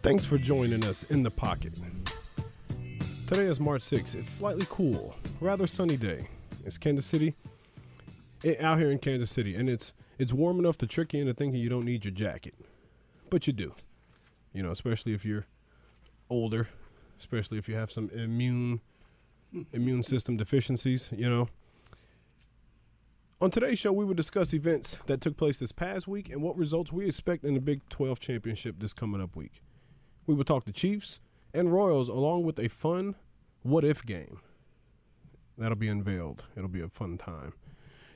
Thanks for joining us in the pocket. Today is March 6th. It's slightly cool, rather sunny day. It's Kansas City, eh, out here in Kansas City, and it's it's warm enough to trick you into thinking you don't need your jacket, but you do. You know, especially if you're older, especially if you have some immune immune system deficiencies. You know. On today's show, we will discuss events that took place this past week and what results we expect in the Big 12 championship this coming up week. We will talk to Chiefs and Royals along with a fun what if game. That'll be unveiled. It'll be a fun time.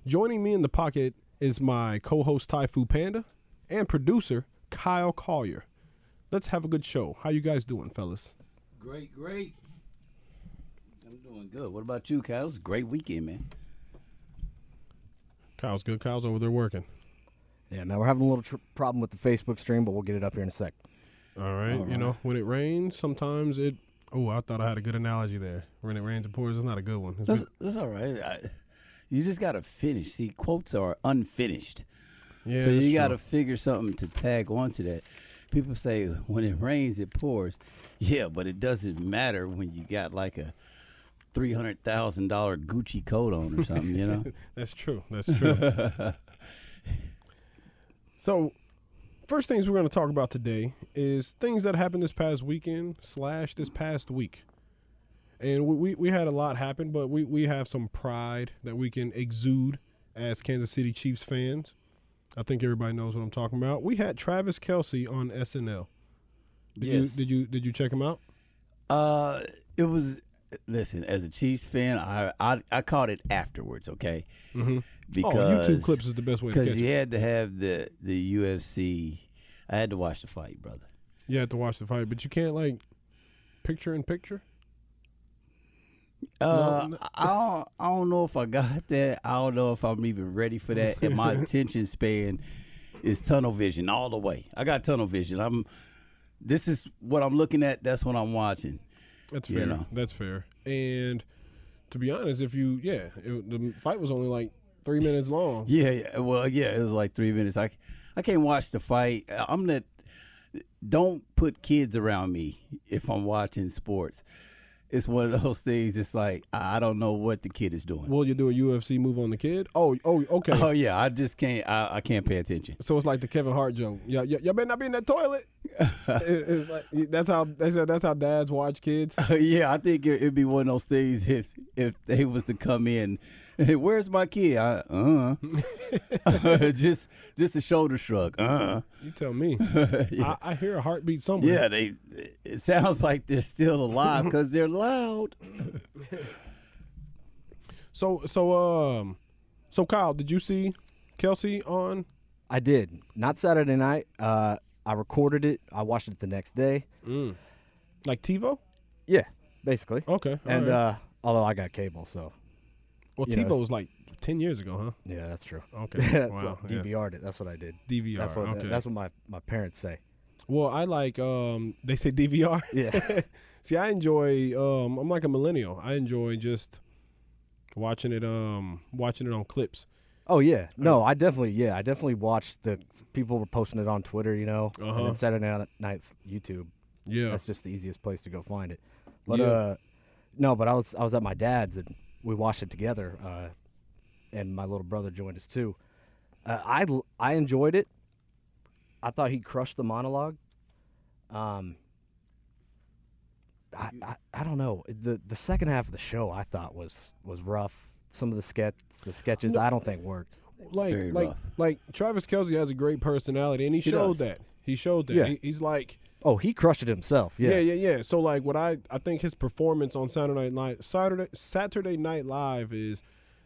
Joining me in the pocket is my co host Typhoo Panda and producer Kyle Collier. Let's have a good show. How you guys doing, fellas? Great, great. I'm doing good. What about you, Kyle? It was a great weekend, man. Kyle's good. Kyle's over there working. Yeah, man, we're having a little tr- problem with the Facebook stream, but we'll get it up here in a sec. All right. You know, when it rains, sometimes it. Oh, I thought I had a good analogy there. When it rains and pours, it's not a good one. It's That's, that's all right. I, you just got to finish. See, quotes are unfinished. been- yeah, so that's you got true. to figure something to tag onto that. People say when it rains, it pours. Yeah, but it doesn't matter when you got like a $300,000 Gucci coat on or something, you know? That's true. That's true. so, first things we're going to talk about today is things that happened this past weekend slash this past week. And we, we, we had a lot happen, but we, we have some pride that we can exude as Kansas City Chiefs fans. I think everybody knows what I'm talking about. We had Travis Kelsey on SNL. Did You, Yes. did you did you check him out? Uh, it was. Listen, as a Chiefs fan, I I, I caught it afterwards. Okay, Mm-hmm. because oh, YouTube clips is the best way to catch because you it. had to have the the UFC. I had to watch the fight, brother. You have to watch the fight, but you can't like picture in picture. Uh, no. I don't, I don't know if I got that. I don't know if I'm even ready for that. And my attention span is tunnel vision all the way. I got tunnel vision. I'm. This is what I'm looking at. That's what I'm watching. That's You fair. know? That's fair. And to be honest, if you yeah, it, the fight was only like three minutes long. Yeah, yeah. Well, yeah, it was like three minutes. I, I can't watch the fight. I'm not. Don't put kids around me if I'm watching sports. It's one of those things. It's like I I don't know what the kid is doing. Will you do a UFC move on the kid? Oh, oh, okay. Oh yeah, I just can't. I, I can't pay attention. so it's like the Kevin Hart joke. Yeah, yeah, y'all better not be in that toilet. It- it's like, that's how they said. That's how dads watch kids. yeah, I think it, it'd be one of those things if if they was to come in. Hey, where's my kid? I, uh, just just a shoulder shrug. Uh, You tell me. yeah. I, I hear a heartbeat somewhere. yeah, they. It sounds like they're still alive because they're loud. So so um, so Kyle, did you see Kelsey on? I did. Not Saturday night. Uh, I recorded it. I watched it the next day. Mm. Like TiVo? Yeah, basically. Okay. all and right. uh, although I got cable, so well, you know, TiVo was like ten years ago, huh? yeah, that's true. Okay. so wow. yeah. DVR'd it. That's what I did. DVR. That's what okay. that's what my, my parents say. Well, I like um they say DVR. Yeah. See, I enjoy um I'm like a millennial. I enjoy just watching it um watching it on clips. oh yeah. No, I definitely yeah, I definitely watched the people were posting it on Twitter, you know, Uh-huh. and then Saturday night- night's YouTube. Yeah. That's just the easiest place to go find it. But Yeah. uh no, but I was I was at my dad's and we watched it together, uh, and my little brother joined us too. Uh, I l- I enjoyed it. I thought he crushed the monologue. Um, I, I, I don't know the the second half of the show I thought was was rough. Some of the sketch the sketches I don't think worked. like Very like rough. like Travis Kelsey has a great personality and he, He showed does. that. He showed that. Yeah. He, he's like Oh, he crushed it himself. Yeah, yeah. yeah, yeah, So like what I I think his performance on Saturday night Saturday Saturday Night Live is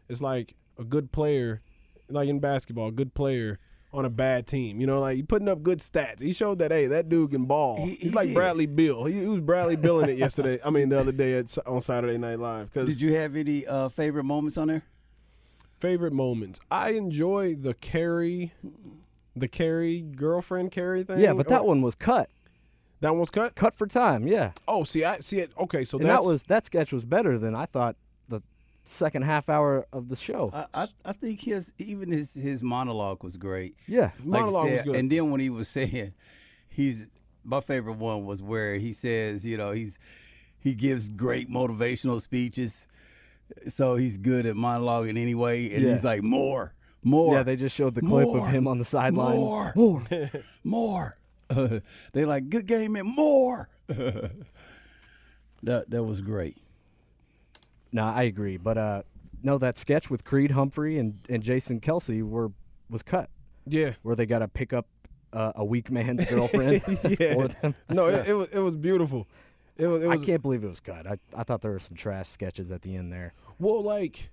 is like a good player like in basketball, a good player on a bad team. You know, like he putting up good stats. He showed that hey, that dude can ball. He- He's he like did. Bradley Bill. He, he was Bradley Billing it yesterday. I mean the other day at, on Saturday Night Live cuz Did you have any uh, favorite moments on there? favorite moments. I enjoy the carry the carry girlfriend carry thing. yeah. But that Oh, one was cut that one's cut. cut for time. Yeah. Oh, see, I see it. Okay, so and that's that was that sketch was better than I thought the second half hour of the show. I, I I think his even his his monologue was great. yeah. Like you monologue was said, good. And then when he was saying he's my favorite one was where he says, you know, he's he gives great motivational speeches, so he's good at monologuing anyway, and he's Yeah. like more, more. Yeah, they just showed the clip More. of him on the sideline. More. More. more. they like good game and more. that that was great. No, I agree. But uh, no, that sketch with Creed Humphrey and, and Jason Kelsey were was cut, Yeah. where they got to pick up uh, a weak man's girlfriend for them. No, it, it was it was beautiful. It was it I was can't believe it was cut. I, I thought there were some trash sketches at the end there. well like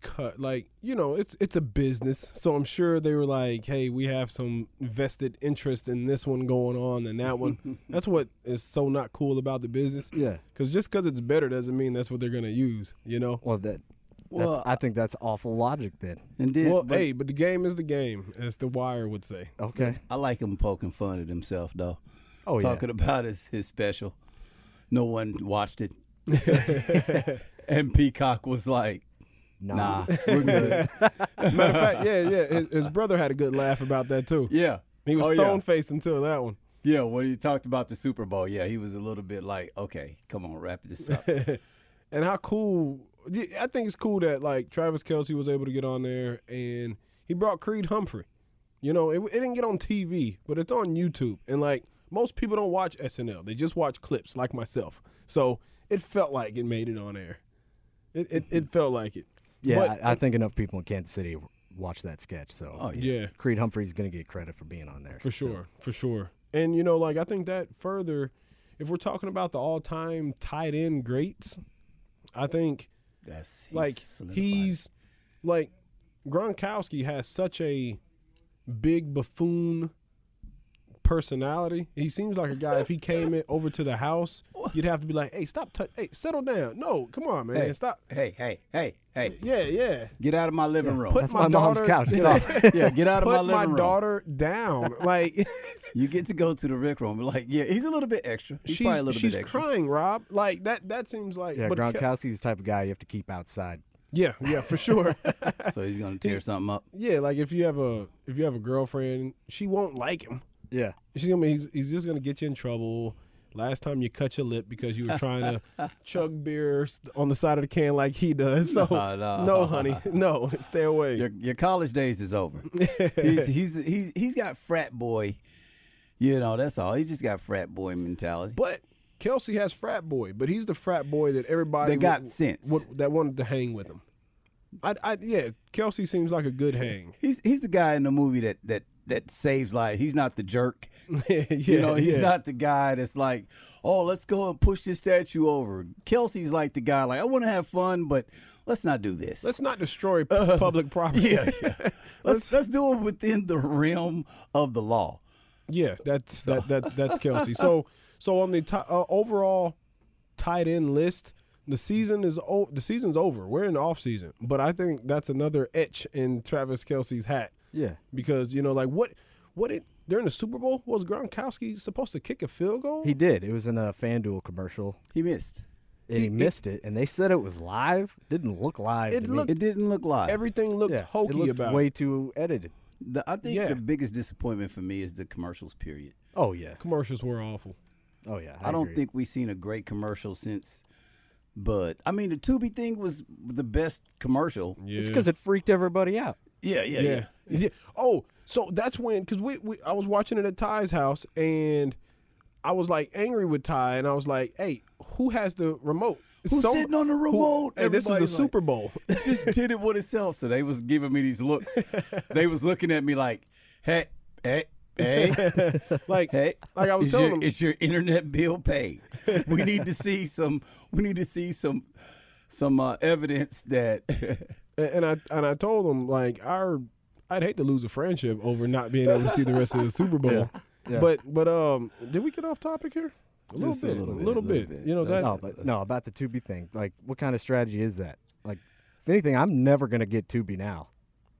cut like you know it's it's a business so i'm sure they were like hey we have some vested interest in this one going on and that one that's what is so not cool about the business Yeah. because just because it's better doesn't mean that's what they're gonna use you know Well, that. Well, that's, I think that's awful logic then. And then well but hey but the game is the game as the wire would say Okay. I like him poking fun at himself though. Oh yeah. Talking about his his special. No one watched it. and Peacock was like, Nah. nah, we're good. matter of fact yeah yeah his, his brother had a good laugh about that too yeah. he was Oh, yeah. stone faced until that one Yeah, when he talked about the Super Bowl, yeah, he was a little bit like, okay, come on, wrap this up. and how cool yeah, I think it's cool that like Travis Kelsey was able to get on there and he brought Creed Humphrey. You know, it, it didn't get on TV, but it's on YouTube. And like most people don't watch SNL, they just watch clips like myself. So it felt like it made it on air. It it, it felt like it. yeah, But- I, I think enough people in Kansas City watched that sketch, so Oh, yeah. yeah. Creed Humphrey's gonna get credit for being on there For sure, for sure. And you know, like I think that further, if we're talking about the all-time tight end greats, I think That's he's like solidified. he's like Gronkowski has such a big buffoon personality. He seems like a guy. if he came in over to the house, you'd have to be like, "Hey, stop! T- hey, settle down! No, come on, man, Hey. stop!" Hey, hey, hey, hey. Yeah, yeah. Get out of my living room. Put That's my my, mom's daughter- couch. It's off. yeah, get out of my Put living my, room. daughter down. Like You get to go to the rec room. Like, yeah, he's a little bit extra. He's she's, probably a little she's bit extra. crying, Rob. Like that. That seems like Yeah, but Ke- Gronkowski's the type of guy you have to keep outside. Yeah, yeah, for sure. So he's gonna tear something up. yeah, like if you have a if you have a girlfriend, she won't like him. Yeah. She's gonna be, he's, he's just gonna get you in trouble. Last time you cut your lip because you were trying to chug beer s- on the side of the can like he does. So No, no, no. honey, no, stay away. Your your college days is over. he's, he's he's he's got frat boy. You know, that's all. He just got frat boy mentality. but Kelsey has frat boy, but he's the frat boy that everybody They got would- sense. would- that wanted to hang with him. I, I yeah, Kelsey seems like a good hang. He's he's the guy in the movie that that that saves lives. He's not the jerk. yeah, you know, he's yeah. not the guy that's like, oh, let's go and push this statue over. Kelsey's like the guy, like I want to have fun, but let's not do this. Let's not destroy p- public property. yeah, yeah. let's let's do it within the realm of the law. Yeah, that's that, that that's Kelsey. So so on the ti uh, overall tight end list, the season is o- the season's over. We're in the off season, but I think that's another etch in Travis Kelsey's hat Yeah. because you know like what what it during the Super Bowl was Gronkowski supposed to kick a field goal? He did. It was in a FanDuel commercial He missed. and he, missed it and they said it was live. Didn't look live. It to me. looked- It didn't look live. Everything looked yeah, hokey it looked about way it. too edited. The- I think Yeah. the biggest disappointment for me is the commercials. Period. Oh yeah. Commercials were awful. Oh yeah. I, don't agree. think we've seen a great commercial since. But I mean, the Tubi thing was the best commercial. Yeah. it's because it freaked everybody out. Yeah, yeah, yeah. yeah. Yeah. Oh, so that's when because we, we I was watching it at Ty's house and I was like angry with Ty and I was like, hey, who has the remote? Who's sitting on the remote? hey, this is the Everybody's like- Super Bowl. It just did it with itself. So they was giving me these looks. They was looking at me like, hey, hey, hey. like, Hey, like I was is telling your, him, is your internet bill paid? We need to see some. We need to see some, some uh, evidence that. and and I and I told him like our I'd hate to lose a friendship over not being able to see the rest of the Super Bowl. Yeah. But but um, did we get off topic here? A little Just a bit, little bit, little a little bit. bit. You know that That's- No, but no, about the Tubi thing. Like what kind of strategy is that? Like if anything, I'm never gonna get Tubi now.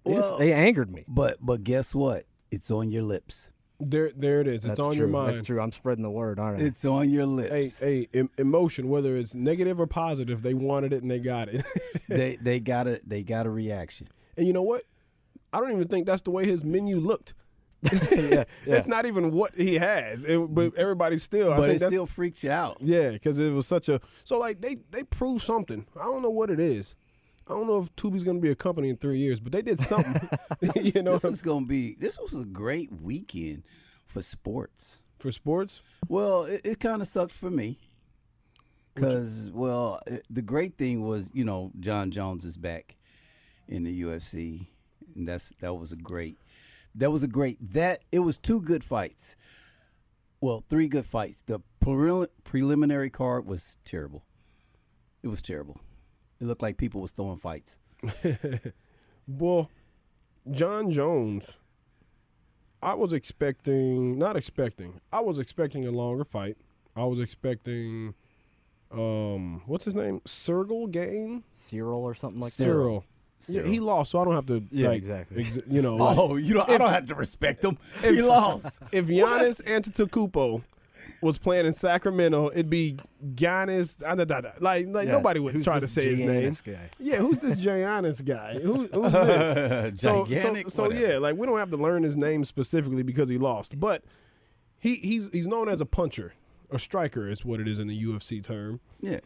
They, just, Well- they angered me. but but guess what? It's on your lips. there there it is. It's That's on true. your mind. That's true. I'm spreading the word, aren't I? It's on your Hey, lips. hey, em- emotion, whether it's negative or positive, they wanted it and they got it. They they got a they got a reaction. and you know what? I don't even think that's the way his menu looked. yeah, yeah. It's not even what he has, it, but everybody still. I But think it that's, still freaks you out. yeah, because it was such a so like they they proved something. I don't know what it is. I don't know if Tubi's gonna be a company in three years, but they did something. you know, this is gonna be. This was a great weekend for sports. for sports. Well, it, it kind of sucked for me. Because, well, it, the great thing was, you know, John Jones is back in the UFC. And that's that was a great. That was a great. That it was two good fights. Well, three good fights. The prel- preliminary card was terrible. It was terrible. It looked like people was throwing fights. Well, John Jones, I was expecting, not expecting, I was expecting a longer fight. I was expecting, um, what's his name? Sergal Game? Cyril or something like that. Cyril. Yeah, he lost, so I don't have to. Yeah, like, exactly. ex- you know, like, Oh, you don't. I don't have to respect him. He lost. if Giannis Antetokounmpo was playing in Sacramento, it'd be Giannis. Da, da, da, da. Like, like Yeah, nobody would who's try to this say his Giannis name. guy? Yeah, who's this Giannis guy? Who, who's this? so, so, Gigantic. so whatever. yeah, like we don't have to learn his name specifically because he lost, but he he's he's known as a puncher, a striker is what it is in the UFC term. yeah.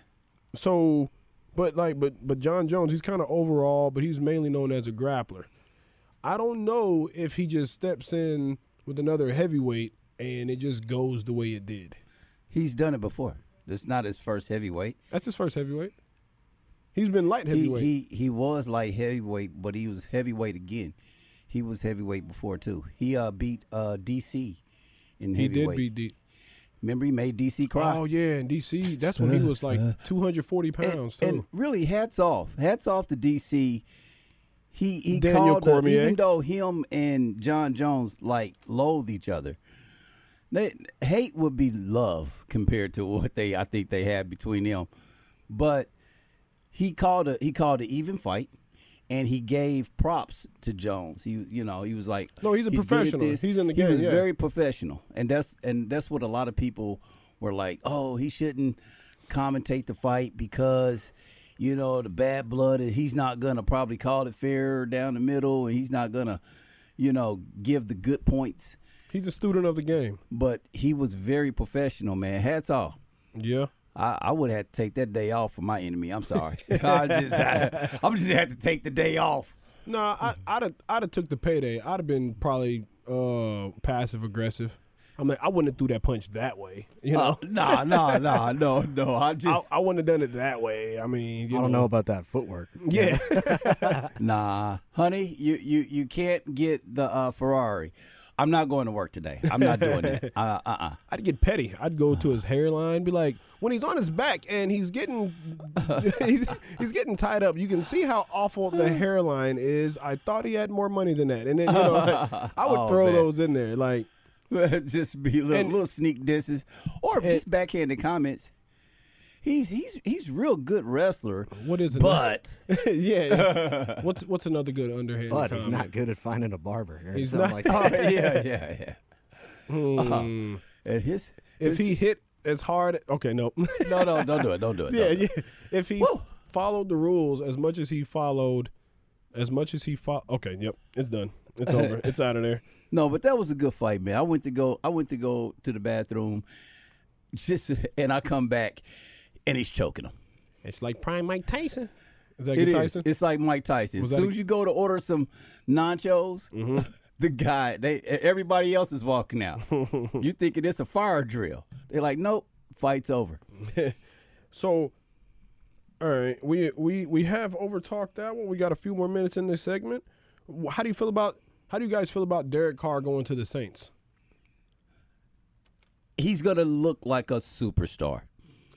So, but like but but John Jones, he's kind of overall, but he's mainly known as a grappler. I don't know if he just steps in with another heavyweight and it just goes the way it did. He's done it before. It's not his first heavyweight. That's his first heavyweight. He's been light He, heavyweight. he he was like heavyweight, but he was heavyweight again. He was heavyweight before too. He uh, beat uh, DC in He heavyweight. did beat D. Remember, he made DC cry. Oh yeah, in DC, that's when he was like 240 pounds too. Uh-huh. and really, hats off, hats off to DC. He he Daniel called her, Cormier. even though him and John Jones like loathe each other. They, hate would be love compared to what they I think they had between them, but he called a he called an even fight, and he gave props to Jones. He you know he was like No, he's a good at professional. this." He's in the He game, was yeah. very professional, and that's and that's what a lot of people were like. Oh, he shouldn't commentate the fight because you know the bad blood. and He's not gonna probably call it fair down the middle, and he's not gonna you know give the good points. He's a student of the game. But he was very professional, man. Hats off. Yeah. I, I would have to take that day off for my enemy. I'm sorry. I just I, am just had to take the day off. No, Mm-hmm. I, I'd have, I'd have took the payday. I'd have been probably uh, passive aggressive. I'm like, I wouldn't have threw that punch that way. You Oh, know, No, no, no, no, no. I just I, I wouldn't have done it that way. I mean, you I don't know about that footwork. Yeah, Oh. nah, honey. You you you can't get the uh, Ferrari. I'm not going to work today. I'm not doing that. Uh uh. uh. I'd get petty. I'd go to his hairline, be like, when he's on his back and he's getting he's, he's getting tied up. You can see how awful the hairline is. I thought he had more money than that, and then you know, like, I would Oh, throw man. those in there. Like, just be little And- little sneak disses or just backhanded comments. He's he's he's real good wrestler. what is it? But yeah, what's what's another good underhand? But he's comment? not good at finding a barber. Or He's something not- Like oh that. yeah, yeah, yeah. Uh, and his If his- he hit as hard, okay, no, no no don't do it don't do it yeah, don't do yeah. it. If he Woo. followed the rules as much as he followed, as much as he followed, okay, yep, it's done, it's over, it's out of there. no but that was a good fight man I went to go I went to go to the bathroom just and I come back and he's choking him It's like prime Mike Tyson. Is that It good is. Tyson? It's like Mike Tyson. Was as that soon a- Mm-hmm. as you go to order some nachos, the guy, they everybody else is walking out. you thinking it's a fire drill? They're like, nope, fight's over. So, all right, we we we have over talked that one. We got a few more minutes in this segment. Wh- How do you feel about? How do you guys feel about Derek Carr going to the Saints? He's gonna look like a superstar.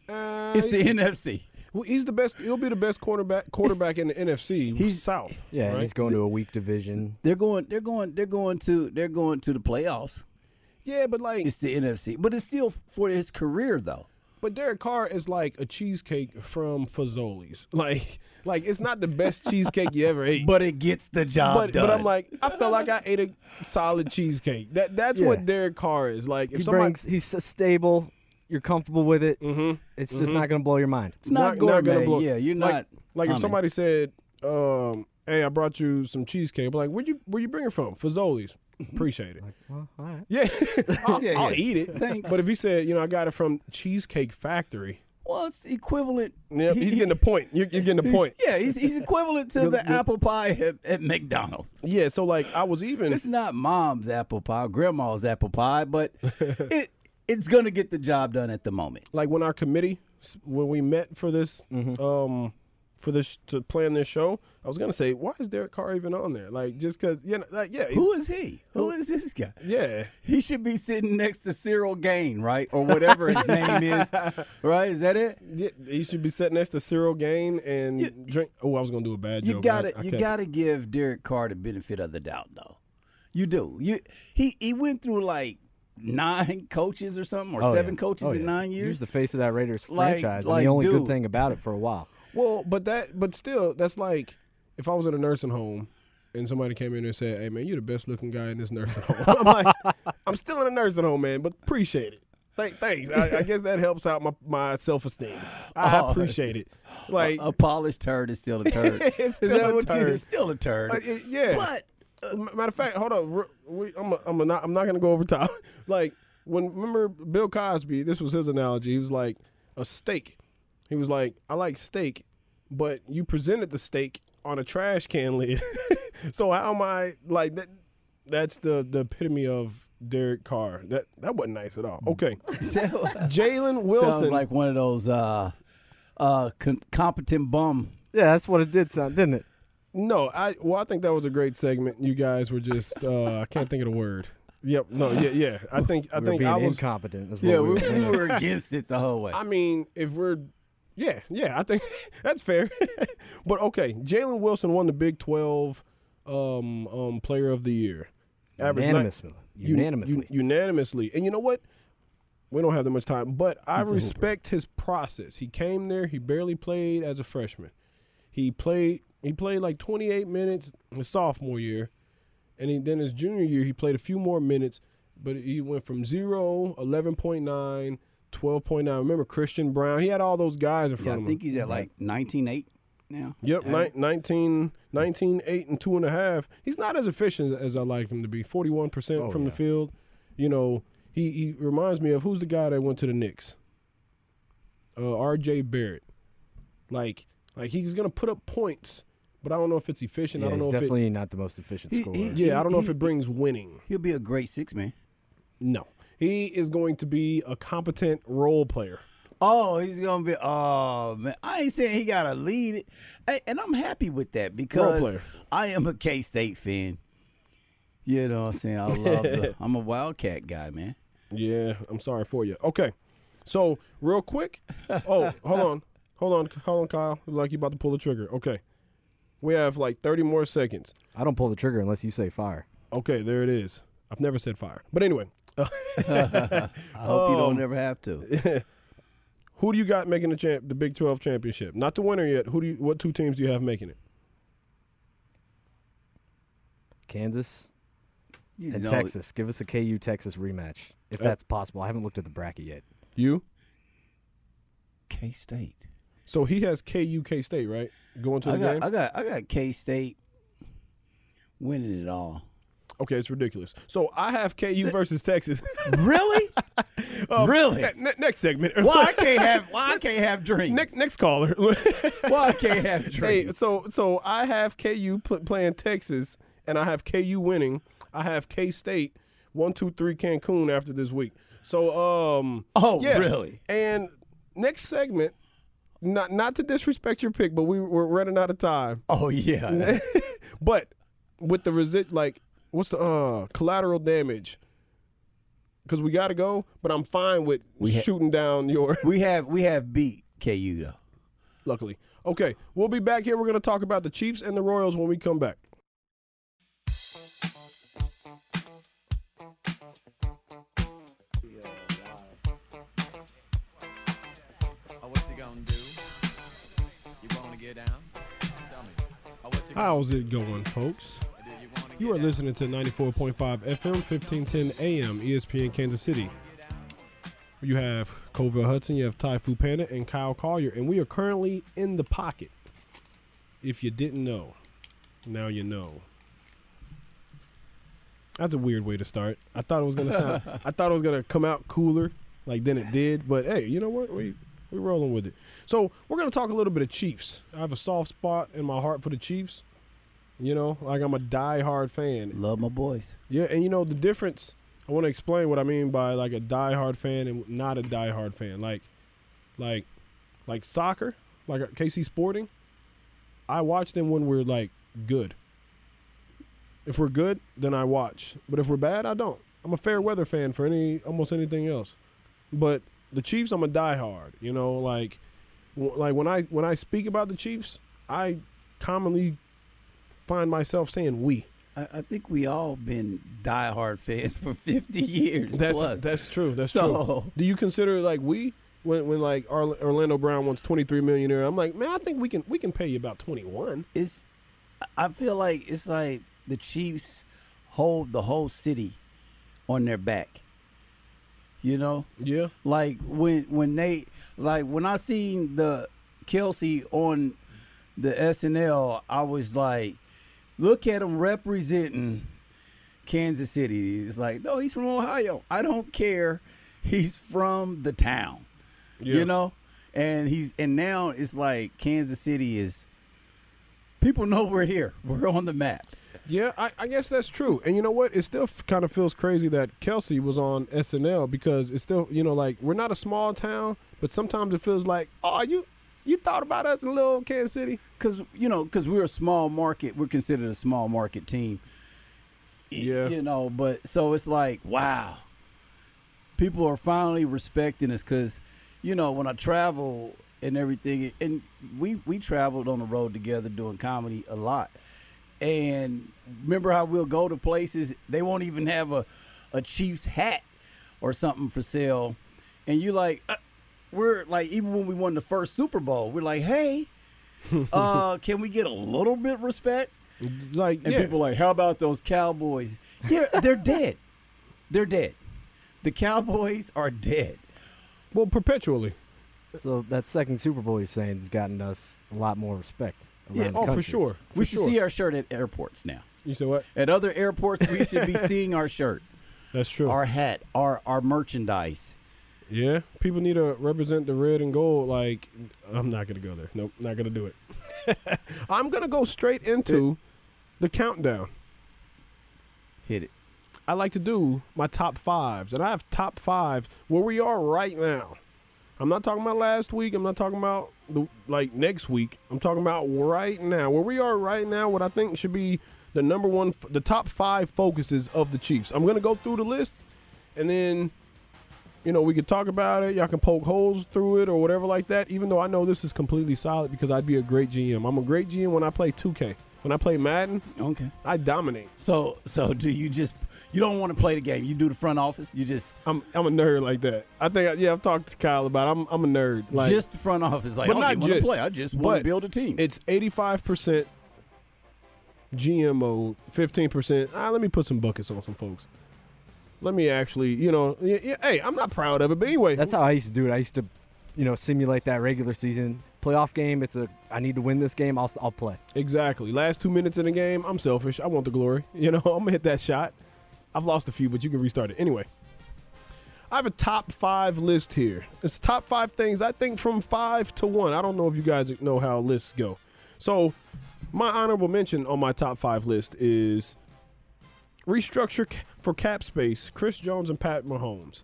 Uh, It's the NFC. well, he's the best. He'll be the best quarterback quarterback in the NFC he's- South. Yeah, and right? he's going to a weak division. They're going. They're going. They're going to. They're going to the playoffs. yeah, but like It's the NFC, but it's still for his career though. But Derek Carr is like a cheesecake from Fazoli's. Like, like it's not the best cheesecake you ever ate. But it gets the job but, done. but I'm like, I felt like I ate a solid cheesecake. That that's Yeah. what Derek Carr is like. If He somebody, brings. He's s- stable. You're comfortable with it. Mm-hmm. It's just not going to blow your mind. it's not, gonna gourmet. yeah, you're like, not. Like if humming. somebody said, um, "Hey, I brought you some cheesecake." I'm like, "Where'd you where you bring it from?" Fazoli's. Appreciate it. Well, all right. Yeah, I'll, Yeah, I'll yeah. eat it. Thanks. But if he said, "You know, I got it from Cheesecake Factory," Well, it's equivalent. yeah, he- he's he- getting the point. You're, you're getting the he's- point. Yeah, he's, he's equivalent to the apple pie at, at McDonald's. Yeah. So like, I was even. It's not mom's apple pie, grandma's apple pie, but it it's gonna get the job done at the moment. like when our committee s- when we met for this Mm-hmm. um for this to plan this show i was gonna say why is derek carr even on there like just because you know like yeah he's- Who is he? Who is this guy? yeah He should be sitting next to Cyril Gain, right, or whatever his name is, right? Is that it? Yeah, he should be sitting next to Cyril Gain and drink. Oh, I was gonna do a bad You joke. but I- gotta I you can't. gotta give Derek Carr the benefit of the doubt, though. You do. You he he went through like nine coaches or something, or Oh, seven yeah. coaches Oh, in yeah. nine He was years. the face of that Raiders Like- franchise. and like, the only dude. good thing about it for a while. Well, but that, but still, that's like if I was in a nursing home and somebody came in and said, "Hey, man, you're the best looking guy in this nursing home." I'm like, I'm still in a nursing home, man, but appreciate it. Thank, thanks. I, I guess that helps out my, my self esteem. I Oh. uh, appreciate it. Like, a polished turd is still a turd. It's is still that a what you? turd. It's still a turd. uh, it- yeah. But Uh, M- Matter of fact, hold up. r- We, I'm, a, I'm, a not, I'm not gonna go over top. Like when remember Bill Cosby, this was his analogy. He was like a steak. He was like, I like steak, but you presented the steak on a trash can lid. so how am I like that? That's the the epitome of Derek Carr. That that wasn't nice at all. Okay, uh, Jalen sounds Wilson. like one of those uh, uh, con- competent bum. Yeah, that's what it did sound, didn't it? No, I well, I think that was a great segment. You guys were just uh, I can't think of the word. Yep. No. Yeah. Yeah. I think I We were think being I was. incompetent. Is what Yeah, we we, were we being. were against it the whole way. I mean, if we're, yeah, yeah, I think that's fair. but okay, Jalen Wilson won the Big Twelve um, um, Player of the Year, ni- unanimously. u- unanimously. u- unanimously. And you know what? We don't have that much time, but I respect his process. He came there. He barely played as a freshman. He played. He played like 28 minutes his sophomore year, and he, then his junior year he played a few more minutes. But he went from 0, 11.9, 12.9. Remember Christian Brown? He had all those guys in yeah, front I of think him. he's at like 19.8 now. Yep, Had ni- 19, 19, 8, and 2.5. He's not as efficient as I like him to be. 41% Oh, from the yeah. field. You know, he, he reminds me of who's the guy that went to the Knicks? Uh, R.J. Barrett. Like, like he's going to put up points, but I don't know if it's efficient. yeah, I don't he's know if it. definitely not the most efficient He- scorer. he- Yeah, I don't know if he- it brings winning. He'll be a great six man. No. He is going to be a competent role player. Oh, he's gonna be. Oh man, I ain't saying he gotta lead it, Hey, and I'm happy with that because player. I am a K State fan. You know what I'm saying? I love. The, I'm a Wildcat guy, man. Yeah, I'm sorry for you. Okay, so real quick. Oh, hold on, hold on, hold on, Kyle. Look like you about to pull the trigger. Okay, we have like 30 more seconds. I don't pull the trigger unless you say fire. Okay, there it is. I've never said fire, but anyway, I hope you Um, don't ever have to. who do you got making the champ, the Big 12 championship? Not the winner yet. Who do you? What two teams do you have making it? Kansas You and know, Texas. Give us a KU Texas rematch if Uh, that's possible. I haven't looked at the bracket yet. You. K State. So he has KU, K State, right? Going to the I game. got, I got, I got K State winning it all. okay, it's ridiculous. So I have KU versus Texas. Really? Oh. really? Ne- ne- next segment. Why I can't have? Why I can't have dreams? next next caller. Why I can't have Hey, dreams? so so I have KU pl- playing Texas, and I have KU winning. I have K State one two three Cancun after this week. So um Oh, yeah. really? And next segment, not not to disrespect your pick, but we we're running out of time. Oh yeah. But with the resist, like what's the uh collateral damage? Because we got to go, but I'm fine with ha- shooting down your. we have we have beat KU though. Luckily, okay, we'll be back here. We're gonna talk about the Chiefs and the Royals when we come back. Oh, what's he gonna do? You wanna get down? Tell me. Oh, what you How's it going, folks? gonna do? You wanna You are listening to 94.5 FM, 1510 AM, ESPN Kansas City. You have Colville Hudson, you have Ty Fu Panda, and Kyle Collier, and we are currently in the pocket. If you didn't know, Now you know. That's a weird way to start. I thought it was gonna sound. I thought it was gonna come out cooler, like than it did. But hey, you know what? We we rolling with it. So we're gonna talk a little bit of Chiefs. I have a soft spot in my heart for the Chiefs. You know, like I'm a diehard fan. Love my boys. Yeah, and you know the difference. I want to explain what I mean by like a diehard fan and not a diehard fan. Like, like, like soccer, like uh, KC Sporting. I watch them when we're like good. If we're good, then I watch. But if we're bad, I don't. I'm a fair weather fan for any almost anything else. But the Chiefs, I'm a diehard. You know, like, w- like when I when I speak about the Chiefs, I commonly find myself saying we. I, I think we all been diehard fans for 50 years That's plus. that's true. That's true. so Do you consider like we when when like Ar- Orlando Brown wants twenty three millionaire? I'm like, man, I think we can we can pay you about twenty one. it's, I feel like it's like the Chiefs hold the whole city on their back. You know, Yeah, like when when they like when I seen the Kelsey on the SNL, I was like, look at him representing Kansas City. It's like, no, he's from Ohio. I don't care. He's from the town. Yeah. You know? And he's and now it's like Kansas City is people know we're here. We're on the map. yeah. I, I guess that's true. And you know what? It still f- kind of feels crazy that Kelsey was on SNL because it's still you know like we're not a small town, but sometimes it feels like oh you you thought about us in little Kansas City. because you know because we're a small market we're considered a small market team Y- Yeah. you know but so it's like wow people are finally respecting us because you know when i travel and everything and we we traveled on the road together doing comedy a lot and remember how we'll go to places they won't even have a a chief's hat or something for sale and you like uh, we're like even when we won the first super bowl we're like hey uh, can we get a little bit respect? Like And yeah. people are like, how about those Cowboys? Yeah, they're dead. They're dead. The Cowboys are dead. well perpetually. So that second Super Bowl you're saying has gotten us a lot more respect. Around Yeah, the Oh, for country. sure. For We should sure. see our shirt at airports now. you said what? At other airports, we should be seeing our shirt, That's true. our hat, our our merchandise. Yeah, people need to represent the red and gold. Like, I'm not gonna go there. Nope, not gonna do it. I'm gonna go straight into the countdown. Hit it. I like to do my top fives, and I have top fives where we are right now. I'm not talking about last week. I'm not talking about the like next week. I'm talking about right now, where we are right now. What I think should be the number one, f- the top five focuses of the Chiefs. I'm gonna go through the list, and then you know we could talk about it. Y'all can poke holes through it or whatever like that. Even though I know this is completely solid because I'd be a great GM. I'm a great GM when I play 2K. When I play Madden, Okay. I dominate. So so do you just you don't want to play the game? You do the front office. You just I'm I'm a nerd like that. I think I, yeah, I've talked to Kyle about. It. I'm I'm a nerd. Like just the front office. Like But I not don't want to just, play. I just want but to build a team. it's 85 percent GMO, 15 percent. Ah, let me put some buckets on some folks. Let me actually, you know, yeah, yeah, hey, I'm not proud of it, but anyway, That's how I used to do it. I used to, you know, simulate that regular season playoff game. It's a I need to win this game. I'll I'll play. exactly. Last two minutes in the game, I'm selfish. I want the glory. You know, I'm gonna hit that shot. I've lost a few, but you can restart it anyway. I have a top five list here. It's top five things I think from five to one. I don't know if you guys know how lists go. So, my honorable mention on my top five list is restructure ca- for cap space. Chris Jones and Pat Mahomes.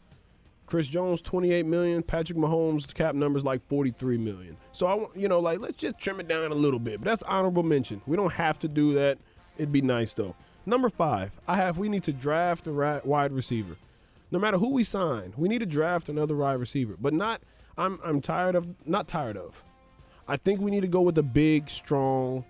Chris Jones 28 million. Patrick Mahomes cap numbers like 43 million. So I want you know like let's just trim it down a little bit. But that's honorable mention. We don't have to do that. It'd be nice though. Number five, I have we need to draft a ri- wide receiver. No matter who we sign, we need to draft another wide receiver. But not I'm I'm tired of not tired of. I think we need to go with a big, strong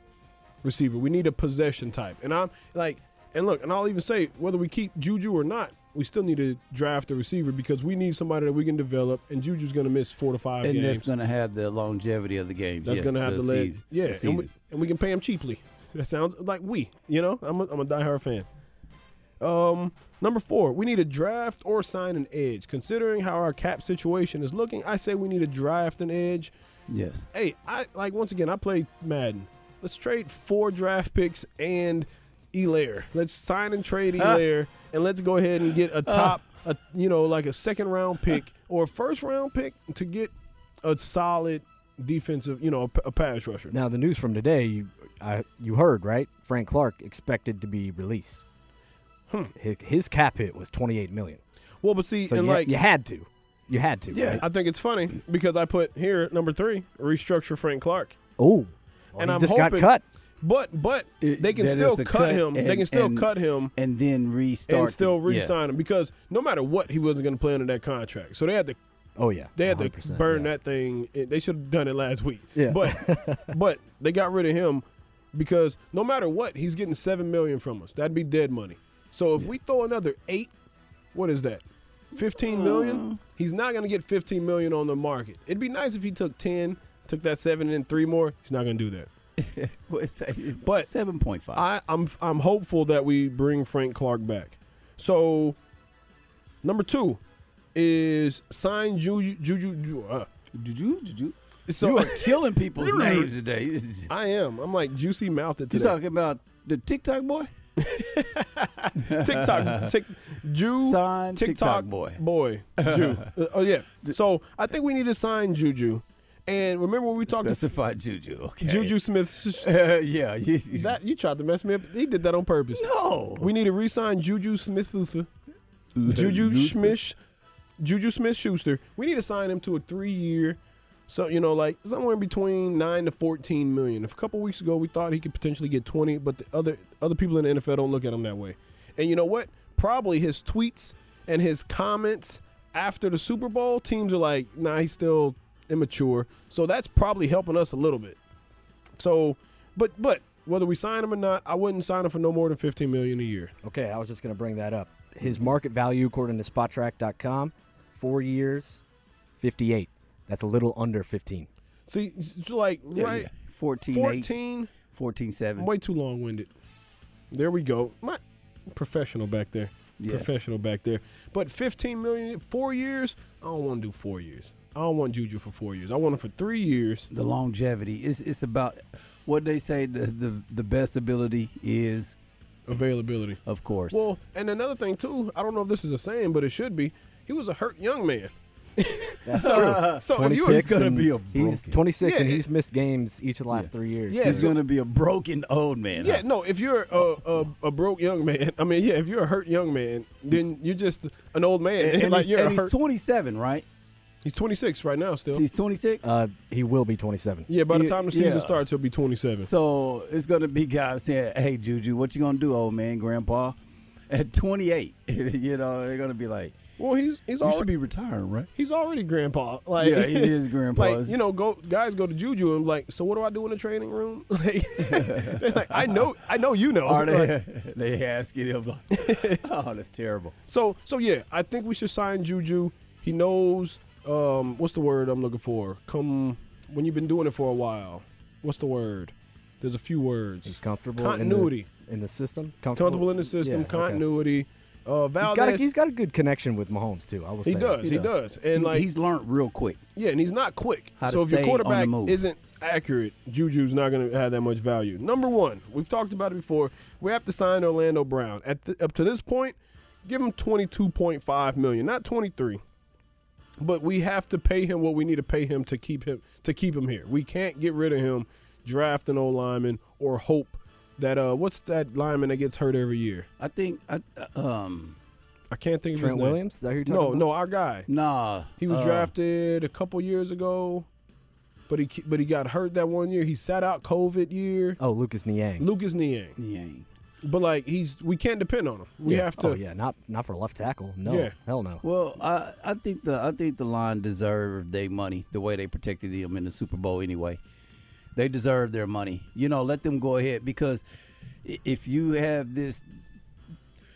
receiver. We need a possession type. And I'm like, and look, and I'll even say whether we keep Juju or not, we still need to draft a receiver because we need somebody that we can develop. And Juju's going to miss four to five and games. that's going to have the longevity of the games. That's yes, gonna have the to let sea- the yeah, and we, season. and we can pay him cheaply. That sounds like we, you know. I'm a, I'm a diehard fan. Um, number four, we need a draft or sign an edge. Considering how our cap situation is looking, I say we need to draft an edge. yes. Hey, I like once again, I played Madden. Let's trade four draft picks and Elair. Let's sign and trade Elair, and let's go ahead and get a top, a, you know, like a second round pick or a first round pick to get a solid defensive, you know, a, p- a pass rusher. Now the news from today, you, I, you heard right? Frank Clark expected to be released. Hmm. His, his cap hit was twenty eight million. Well, but see, So and you, like you had to, you had to. Yeah. right? I think it's funny because I put here number three restructure Frank Clark, Oh, and and I'm I just hoping, got cut. But but It- they can that still is a cut, cut him. they and- can still and- cut him and then restart and still the- yeah. re-sign him because no matter what, he wasn't going to play under that contract. So they had to Oh yeah, they had to 100%, burn yeah. that thing. It- They should have done it last week. Yeah. But but they got rid of him because no matter what, he's getting seven million from us. That'd be dead money. So if we throw another eight, what is that? Fifteen million. He's not going to get fifteen million on the market. It'd be nice if he took ten, took that seven, and then three more. He's not going to do that. What's that? But- seven point five. I, I'm I'm hopeful that we bring Frank Clark back. So number two is sign Juju Juju. Ju- Uh, Did you? Did you? so you are killing people's names today. This is- I am. I'm like juicy mouthed You today. talking about the TikTok boy? TikTok, tick, Jew, Sign TikTok TikTok boy. boy, Jew. Uh, oh yeah. So I think we need to sign Juju. And remember when we talked to Specify Juju. Okay. Juju Smith? Uh, yeah. You, you- That you tried to mess me up. He did that on purpose. no. We need to re-sign Juju Smith Luther. Juju Smith, Juju Smith Schuster. We need to sign him to a three-year, so you know, like somewhere in between nine to fourteen million. A couple weeks ago, we thought he could potentially get twenty, but the other other people in the NFL don't look at him that way. And you know what? Probably his tweets and his comments after the Super Bowl, teams are like, nah, he's still immature. So that's probably helping us a little bit. So, but but whether we sign him or not, I wouldn't sign him for no more than fifteen million a year. Okay, I was just going to bring that up. His market value, according to SpotTrack.com, four years, 58. That's a little under 15. See, it's like Yeah, right, yeah. 14, 8, 14, 14, 7. way too long winded. There we go. My professional back there. Yeah. Professional back there. But 15 million, four years. I don't want to do four years. I don't want Juju for four years. I want him for three years. The longevity. It's, it's about what they say the, the, the best ability is, Availability. of course. Well, and another thing too. I don't know if this is a saying, but it should be. He was a hurt young man. That's So, so if Oh, you were- He's gonna and be a he's broken. 26 and Yeah. he's missed games each of the last three years. Yeah. He's going to be a broken old man. Yeah, huh? no. If you're a, a, a broke young man, I mean, yeah. If you're a hurt young man, then you're just an old man. And, and like he's, you're a and he's hurt- 27, right? he's 26 right now, still. He's 26. Uh, he will be 27. Yeah, by the Yeah, time the season yeah. starts, he'll be 27. So it's gonna be guys saying, "Hey, Juju, what you gonna do, old man, Grandpa?" At 28, you know they're gonna be like, well, he's he's "You should already be retiring, right?" he's already grandpa. Like Yeah, he is grandpa. Like you know, go guys go to Juju and like, so what do I do in the training room? Like, they're like, I know, I know you know. Are Like, they? they asking him like, "Oh, that's terrible." so so yeah, I think we should sign Juju. He knows um what's the word I'm looking for? Come when you've been doing it for a while. What's the word? There's a few words. He's comfortable Continuity. In, the, in the system. comfortable in the system. Yeah, okay. continuity. Uh, He's Valdez. got, a, he's got a good connection with Mahomes, too. I will he say does. That. He Yeah. does. And He- like he's learned real quick. Yeah, and he's not quick. How to so if your stay on the quarterback move. isn't accurate, Juju's not going to have that much value. Number one, we've talked about it before. We have to sign Orlando Brown. At the, up to this point, give him twenty two point five million, not twenty three. But we have to pay him what we need to pay him to keep him to keep him here. We can't get rid of him, draft an old lineman, or hope that uh, what's that lineman that gets hurt every year? I think. I, uh, um, I can't think of Trent his name. Williams? Is that who you're talking No, about? no, our guy. nah, He was Uh-huh. uh, drafted a couple years ago, but he but he got hurt that one year. He sat out COVID year. Oh, Lucas Niang. Lucas Niang, He ain't. but like he's we can't depend on him. We yeah. have to. Oh, yeah. Not, not for left tackle. No. Yeah. Hell no. Well, I, I think the I think the line deserved their money the way they protected him in the Super Bowl anyway. They deserve their money. You know, let them go ahead because i- if you have this,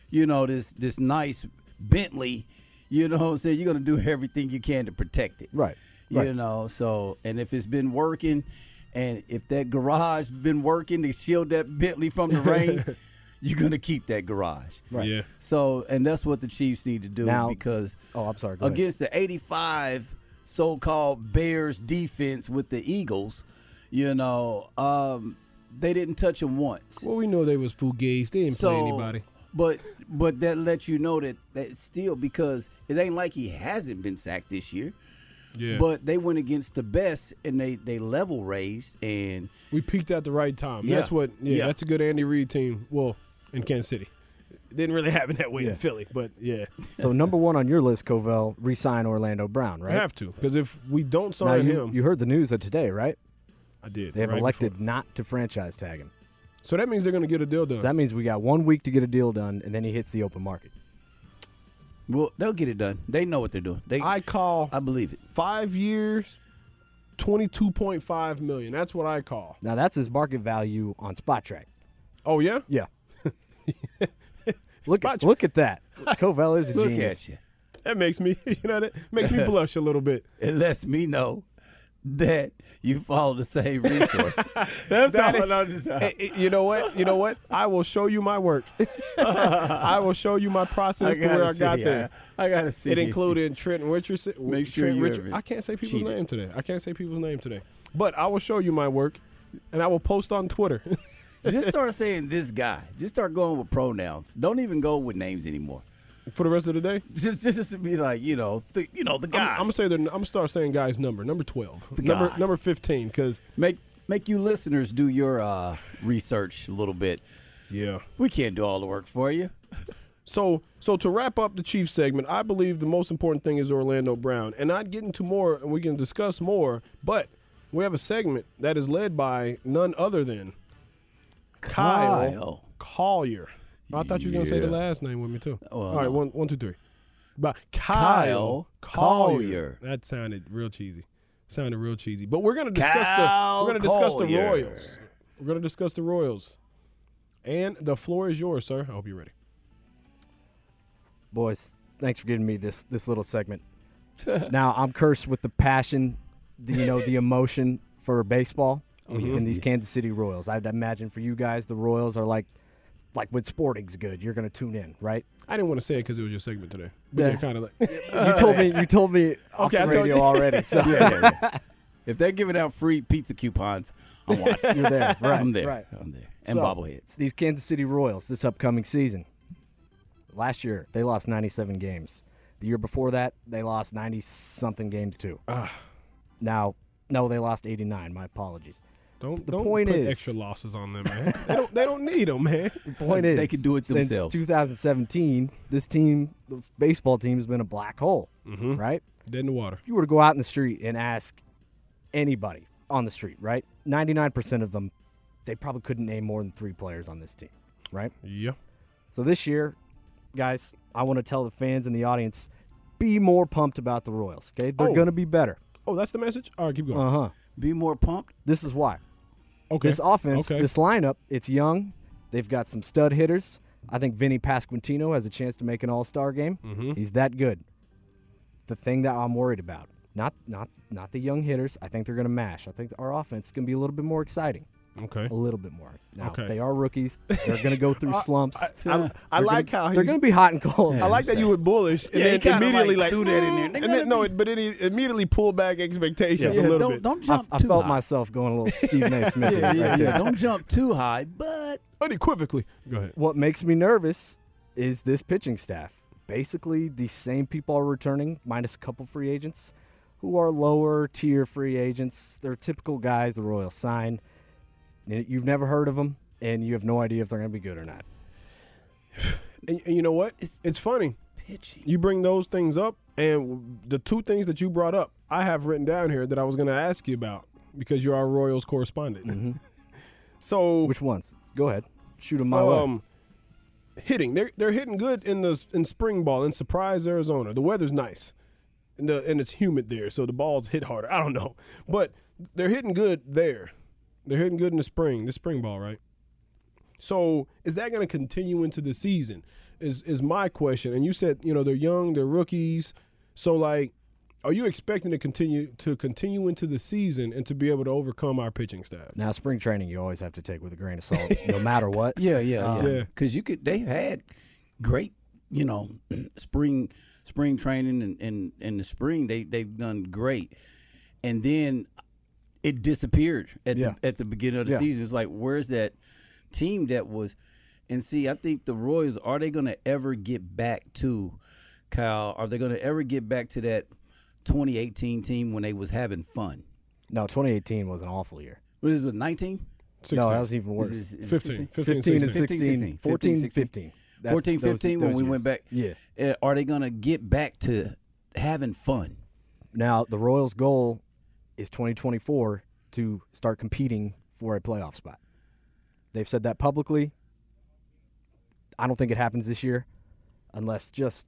you know, this this nice Bentley, you know, what I'm saying you're gonna do everything you can to protect it. Right, You right. know, so and if it's been working, and if that garage been working to shield that Bentley from the rain, you're gonna keep that garage. Right. Yeah. So, and that's what the Chiefs need to do Now- because Oh, I'm sorry. Go ahead. against the 85 so-called Bears defense with the Eagles, you know, um, they didn't touch him once. Well, we know they was fugazi. They didn't play anybody. But but that lets you know that that still because it ain't like he hasn't been sacked this year. Yeah, But they went against the best and they they level raised and we peaked at the right time. Yeah. That's what. Yeah, Yeah. that's a good Andy Reid team. Well, in Kansas City, it didn't really happen that way Yeah. in Philly, but yeah, So number one on your list, Covell, resign Orlando Brown, I right? have to because if we don't now sign you, him, you heard the news of today, right? I did. They have right elected before. not to franchise tag him. So that means they're going to get a deal done. So that means we got one week to get a deal done, and then he hits the open market. well they'll get it done. They know what they're doing. They I call I believe it. five years, twenty-two point five million. That's what I call. Now that's his market value on Spot Track. Oh yeah, Yeah. look Spot at, Track. look at that. Covell is a Look genius. at you. that makes me. You know that makes me blush a little bit. It lets me know that you follow the same resource. That's That all is- I was just Eh, eh, you know what? You know what? I will show you my work. I will show you my process to where I see got it. there. I, I gotta see It included Trenton Richardson. Make sure Trent you Richard- haven't I can't say people's cheated. name today. I can't say people's name today. But I will show you my work, and I will post on Twitter. Just start saying this guy. Just start going with pronouns. Don't even go with names anymore. For the rest of the day, Just, just to be like, you know, the, you know, the I'm, guy. I'm gonna say their, I'm gonna start saying guys number number twelve, The number guy. number fifteen, because make make you listeners do your uh, research a little bit. yeah. We can't do all the work for you. So so to wrap up the Chiefs segment, I believe the most important thing is Orlando Brown, and I'd get into more, and we can discuss more. But we have a segment that is led by none other than Kyle, Kyle. Collier. Oh, I thought you were gonna say the Yeah. last name with me too. Well, All right, no. one, one, two, three. But Kyle, Kyle Collier. Collier. That sounded real cheesy. Sounded real cheesy. But we're gonna discuss the Kyle we're gonna discuss the Collier. Royals. We're gonna discuss the Royals. And the floor is yours, sir. I hope you're ready. boys thanks for giving me this this little segment now i'm cursed with the passion the, you know the emotion for baseball and these kansas city royals i'd imagine for you guys the royals are like like when sporting's good you're gonna tune in right I didn't want to say it because it was your segment today. But Yeah. you're kind of like, you told me you told me off Okay, I the told radio you. already so Yeah, yeah, yeah. if they're giving out free pizza coupons, I'm watching. you're there right I'm there. right I'm there. And So, bobbleheads. These Kansas City Royals this upcoming season. Last year, they lost 97 games. The year before that, they lost 90 something games too. Now, no, they lost 89. My apologies. don't The don't point put is- extra losses on them, man. they don't they don't need them, man. Point They is, can do it since themselves. 2017, this team, the baseball team, has been a black hole, right? Dead in the water. If you were to go out in the street and ask anybody on the street, right? 99% of them, they probably couldn't name more than three players on this team, right? Yeah. So this year, guys, I want to tell the fans and the audience be more pumped about the Royals. Okay, they're Oh. going to be better. Oh, that's the message. All right, keep going. Uh huh. Be more pumped. This is why okay. this offense, Okay. this lineup, it's young. They've got some stud hitters. I think Vinny Pasquantino has a chance to make an All Star game. Mm-hmm. He's that good. The thing that I'm worried about, not not not the young hitters. I think they're going to mash. I think our offense is going to be a little bit more exciting. okay. A little bit more. Now Okay. they are rookies. They're going to go Uh, through slumps. I, I like how they're he's. going to be hot and cold. I like that you were bullish, and Yeah, he then kinda, immediately like, like, threw that in there. "Mm," They're and then, gonna no, it, but then he immediately pulled back expectations Yeah, a little don't bit. don't I, jump I too felt high. myself going a little Stephen A. Smith. Yeah, yeah, right there. yeah. Don't jump too high, but unequivocally. Go ahead. What makes me nervous is this pitching staff. Basically, the same people are returning, minus a couple free agents, who are lower tier free agents. They're typical guys the Royals sign. N- You've never heard of them, and you have no idea if they're going to be good or not. And, and you know what? It's- it's funny. pitching. you bring those things up and the two things that you brought up i have written down here that i was going to ask you about because you're our royals correspondent so Which ones? Go ahead, shoot them my Oh, way. um hitting they're, they're hitting good in the in spring ball in surprise arizona the weather's nice and, the, and it's humid there so the balls hit harder i don't know but they're hitting good there they're hitting good in the spring the spring ball right so is that going to continue into the season? Is is my question? And you said you know they're young, they're rookies. So like, are you expecting to continue to continue into the season and to be able to overcome our pitching staff? Now, spring training, you always have to take with a grain of salt, no matter what. Yeah, yeah, Yeah. Uh, yeah. Because you could. They've had great, you know, spring spring training and in the spring they they've done great, and then it disappeared at Yeah. the, at the beginning of the Yeah. season. It's like where's that team that was? And see, I think the Royals are they going to ever get back to Kyle? Are they going to ever get back to that 2018 team when they was having fun? No, 2018 was an awful year. What is it, 19? 16. No, that was even worse. Is it- is 15, it 16? 15, 15 and 16. 16, 16, 14, 15, 15. That's 14, those- 15 those when we years. went back. Yeah. Uh, Are they going to get back to having fun? Now the Royals' goal is 2024 to start competing for a playoff spot. They've said that publicly. I don't think it happens this year, unless just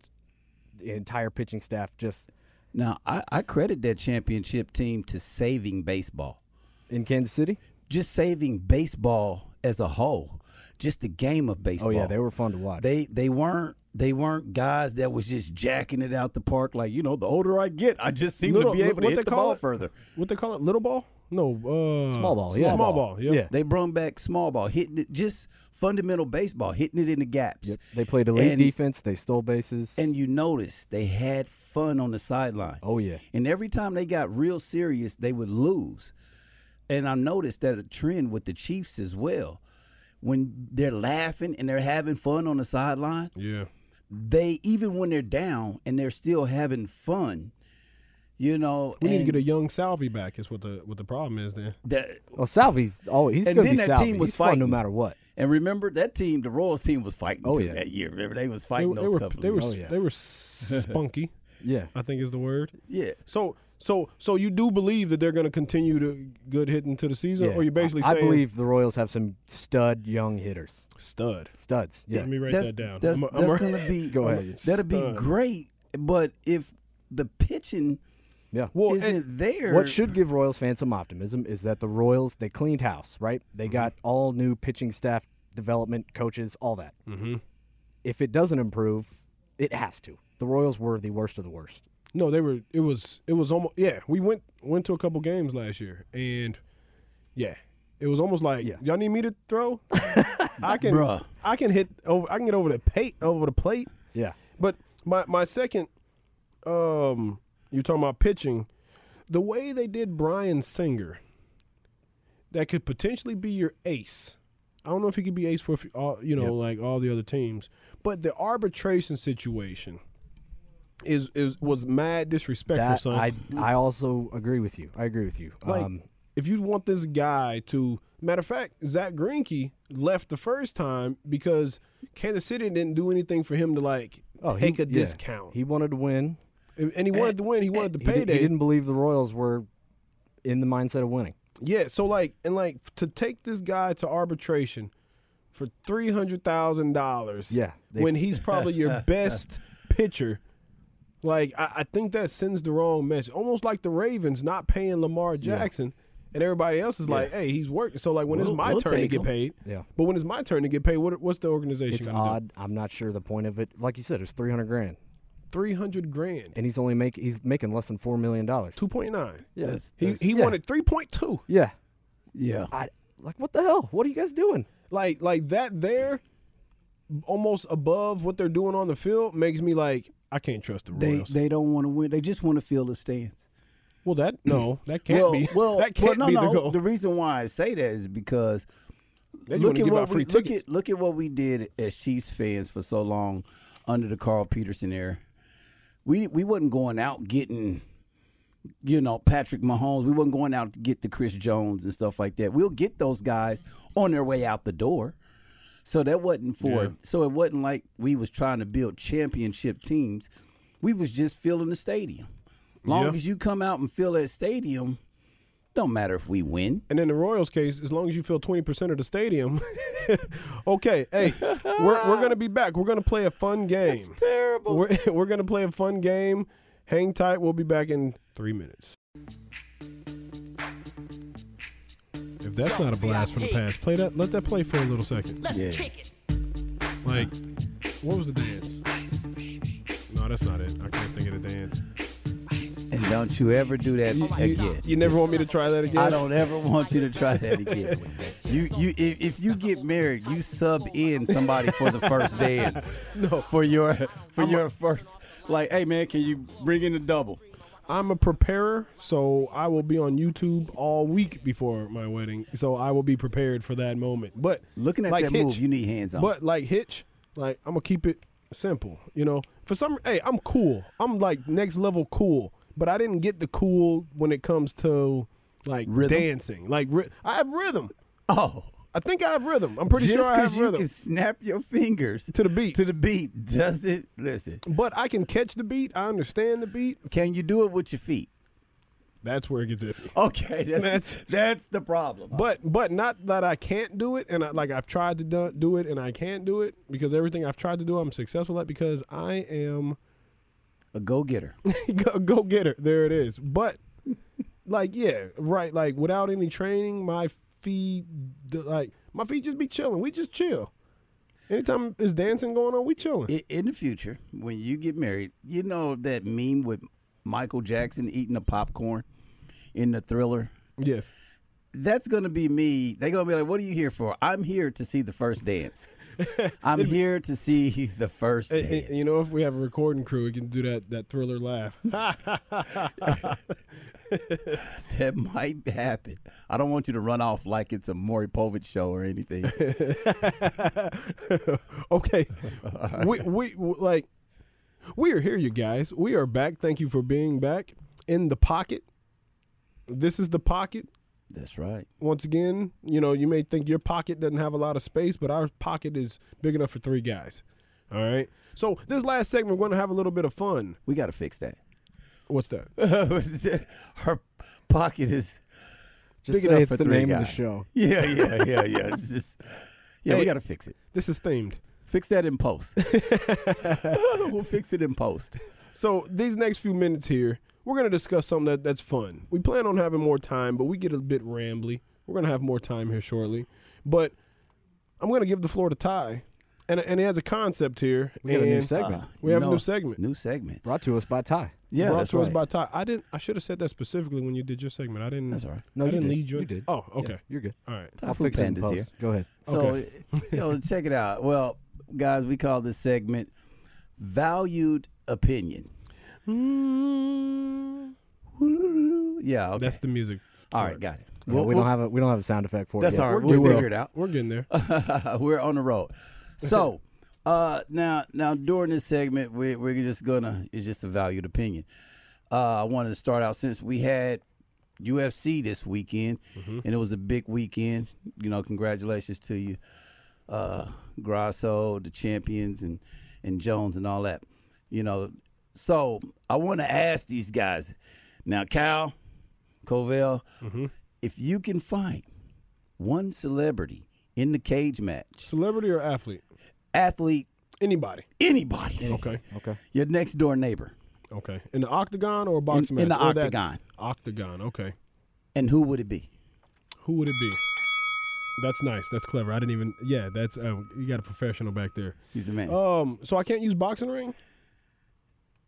the entire pitching staff just Now, I, I credit that championship team to saving baseball. in Kansas City. just saving baseball as a whole, just the game of baseball. Oh yeah, they were fun to watch. They they weren't they weren't guys that was just jacking it out the park. Like you know, the older I get, I just seem Little- to be able to what they hit the call ball it? further. What they call it? Little ball? No. Uh, Small ball, yeah. Small ball. Yeah. Yeah. They brought back small ball, hitting it just fundamental baseball, hitting it in the gaps. They played elite And- defense. They stole bases. And you notice they had fun on the sideline. oh yeah, And every time they got real serious, they would lose. And I noticed that a trend with the Chiefs as well. When they're laughing and they're having fun on the sideline, Yeah. they even when they're down and they're still having fun, you know. We need to and get a young Salvi back. Is what the what the problem is then. that- Well, Salvy's oh he's And going to then be that Salvi. team was he's fun no fighting. matter what. and remember that team, the Royals team was fighting Oh, too yeah. that year. Remember they was They, fighting were- they those were couple. they were of years. Oh, s- yeah. they were spunky. Yeah, I think is the word. yeah. So so so you do believe that they're going to continue to good hit into the season, yeah. or you basically I, I saying believe the Royals have some stud young hitters, stud. studs. Yeah, Let me write that's, that down. That's, I'm a- I'm that's a- gonna be Go ahead. That'll be Stud. great, but if the pitching yeah. well, isn't and- there, What should give Royals fans some optimism is that the Royals they cleaned house, right? They got all new pitching staff, development coaches, all that. Mm-hmm. If it doesn't improve, it has to. The Royals were the worst of the worst. No, they were. It was. It was almost. Yeah, we went went to a couple games last year, and yeah, it was almost like Yeah. y'all need me to throw. I can. Bruh. I can hit over. I can get over the plate. Over the plate. Yeah, But my my second, um, you talking about pitching, the way they did Brian Singer, that could potentially be your ace. I don't know if he could be ace for a few- all you know like all the other teams, but the arbitration situation is is was mad disrespectful. that son. I I also agree with you. I agree with you. Like, um, if you want this guy to, matter of fact, Zach Greinke left the first time because Kansas City didn't do anything for him to like oh, he- take a yeah. discount, He wanted to win. and and he wanted to win. He wanted the Eh, He, did, payday. he didn't believe the Royals were in the mindset of winning. Yeah, so like and like f- to take this guy to arbitration for three hundred thousand dollars. Yeah, they- when he's probably your best pitcher. Like I, I think that sends the wrong message. Almost like the Ravens not paying Lamar Jackson, and everybody else is like, "Hey, he's working." So like when it's We'll- my we'll turn to take get him. paid, Yeah. But when it's my turn to get paid, what, what's the organization? It's gonna odd. I'm not sure the point of it. Like you said, it's 300 Do? grand, Three hundred grand, and he's only make he's making less than four million dollars. two point nine. Yeah, That's- He he Yeah. wanted three point two. yeah. yeah. I like what the hell? What are you guys doing? like like that there almost above what they're doing on the field makes me like I can't trust the They Royals. they don't want to win. They just want to fill the stands. well, that no, that can't well, be. well, that can't well, no, be no. the goal. reason why I say that is because They just look wanna at give what out we free look tickets. at look at what we did as Chiefs fans for so long under the Carl Peterson era. We we wasn't going out getting, you know, Patrick Mahomes. We wasn't going out to get the Chris Jones and stuff like that. We'll get those guys on their way out the door. So that wasn't for Yeah. so it wasn't like we was trying to build championship teams. We was just filling the stadium. Long Yeah. as you come out and fill that stadium, don't matter if we win. and in the Royals' case, as long as you fill twenty percent of the stadium, okay. Hey, we're we're gonna be back. We're gonna play a fun game. Terrible. We're we're gonna play a fun game. Hang tight. We'll be back in three minutes. If that's not a blast from the past, play that. Let that play for a little second. Yeah. Like, what was the dance? No, that's not it. I can't think of the dance. And don't you ever do that Oh again. You never want me to try that again? I don't ever want you to try that again. You you if, if you get married, you sub in somebody for the first dance. No. For your for your first like, hey man, can you bring in a double? I'm a preparer, so I will be on YouTube all week before my wedding, so I will be prepared for that moment. But Looking at like that Hitch, move, you need hands on. But like Hitch, like I'm gonna keep it simple. You know, for some, hey, I'm cool. I'm like next level cool. But I didn't get the cool when it comes to like Rhythm? dancing. Like ry- I have rhythm. oh, I think I have rhythm. I'm pretty just sure I because have you rhythm can snap your fingers to the beat. to the beat doesn't listen. but I can catch the beat. I understand the beat. Can you do it with your feet? That's where it gets iffy. Okay, that's that's, That's- the problem. But but not that I can't do it, and I, like I've tried to do, do it, and I can't do it because everything I've tried to do, I'm successful at because I am a go getter. go, go get her. There it is. But like yeah, right. Like without any training, my feet d- like my feet just be chilling. We just chill. Anytime there's dancing going on, we chilling. I- in the future, when you get married, you know that meme with Michael Jackson eating the popcorn in the thriller? yes. That's going to be me. They're going to be like, what are you here for? I'm here to see the first dance. I'm here to see the first And- and- dance. and you know, if we have a recording crew, we can do that that thriller laugh. that might happen. I don't want you to run off like it's a Maury Povich show or anything. okay. we, we w- like we are here, you guys. We are back. Thank you for being back in the pocket. This is the pocket. That's right. Once again, you know, you may think your pocket doesn't have a lot of space, but our pocket is big enough for three guys. All right. So this last segment, we're going to have a little bit of fun. We got to fix that. What's that? Her pocket is Just big say enough it's for the three name of the guys. show. Yeah, yeah, yeah, yeah. It's just, yeah, we Hey. got to fix it. This is themed. Fix that in post. we'll fix it in post. So these next few minutes here, we're gonna discuss something that, that's fun. We plan on having more time, but we get a bit rambly. We're gonna have more time here shortly, but I'm gonna give the floor to Ty, and and he has a concept here. We got a new and uh, segment We have a new segment. New segment. brought to us by Ty. Yeah, brought that's to us right. by Ty. I didn't. I should have said that specifically when you did your segment. I didn't. That's all right. No, I you didn't did. lead your. You did. Oh, Yeah, okay. you're good. All right. I'll fix it in Panda's post. here. Go ahead. So, you know, check it out. Well, guys, we call this segment "Valued Opinion." Mm. Yeah, okay. That's the music. all for right, it. got it. Yeah, we don't have a we don't have a sound effect for That's it. yet. all right. We We'll will. figure it out. We're getting there. we're on the road. So uh, now, now during this segment, we, we're just gonna it's just a valued opinion. Uh, I wanted to start out since we had UFC this weekend, and it was a big weekend. You know, congratulations to you, uh, Grasso, the champions, and and Jones, and all that. You know, so I want to ask these guys now, Cal, Covell, if you can find one celebrity in the cage match, Celebrity or athlete? athlete, Anybody. anybody, Okay. Okay. your next door neighbor, Okay. In the octagon or a box In- match? in the Or that's- octagon. Octagon. Okay. and who would it be? Who would it be? That's nice. That's clever. I didn't even. Yeah, that's um, you got a professional back there. He's the man. Um, so I can't use boxing ring.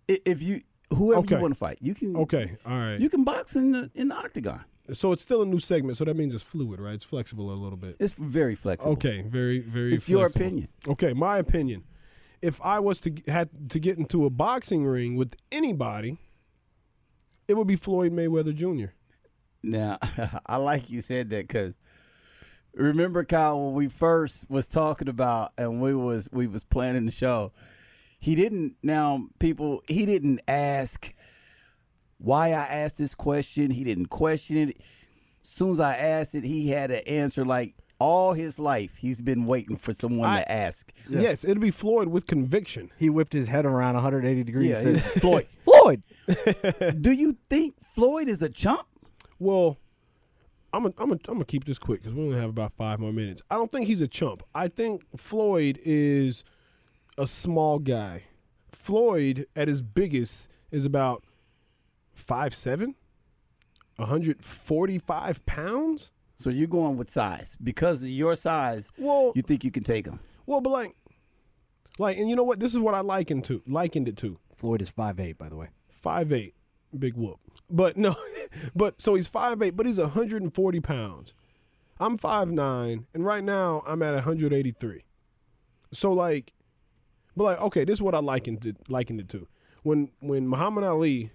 I- if you whoever okay. you want to fight, you can Okay, all right. you can box in the in the octagon. so it's still a new segment. So that means it's fluid, right? It's flexible a little bit. It's very flexible. Okay, very, very. It's your flexible. opinion. Okay, my opinion. If I was to g- had to get into a boxing ring with anybody, it would be Floyd Mayweather Jr. Now, I like you said that because remember, Kyle, when we first was talking about and we was we was planning the show, he didn't. Now, people, he didn't ask why I asked this question. He didn't question it. soon as I asked it, he had an answer. Like all his life, he's been waiting for someone to ask. Yes, it'd be Floyd with conviction. He whipped his head around 180 degrees. Yeah, and yeah. said, Floyd. Floyd. Do you think Floyd is a chump? Well, I'm gonna I'm gonna I'm gonna keep this quick because we only have about five more minutes. I don't think he's a chump. I think Floyd is a small guy. Floyd at his biggest is about five seven, 145 pounds. So you're going with size because of your size. Well- you think you can take him? Well, but like, like, and you know what? This is what I likened to likened it to Floyd is 5'8", by the way. five eight, big whoop. But no, but so he's five eight, but he's 140 pounds. I'm five nine, and right now I'm at 183. So like, but like, okay, this is what I likened it likened it to when when Muhammad Ali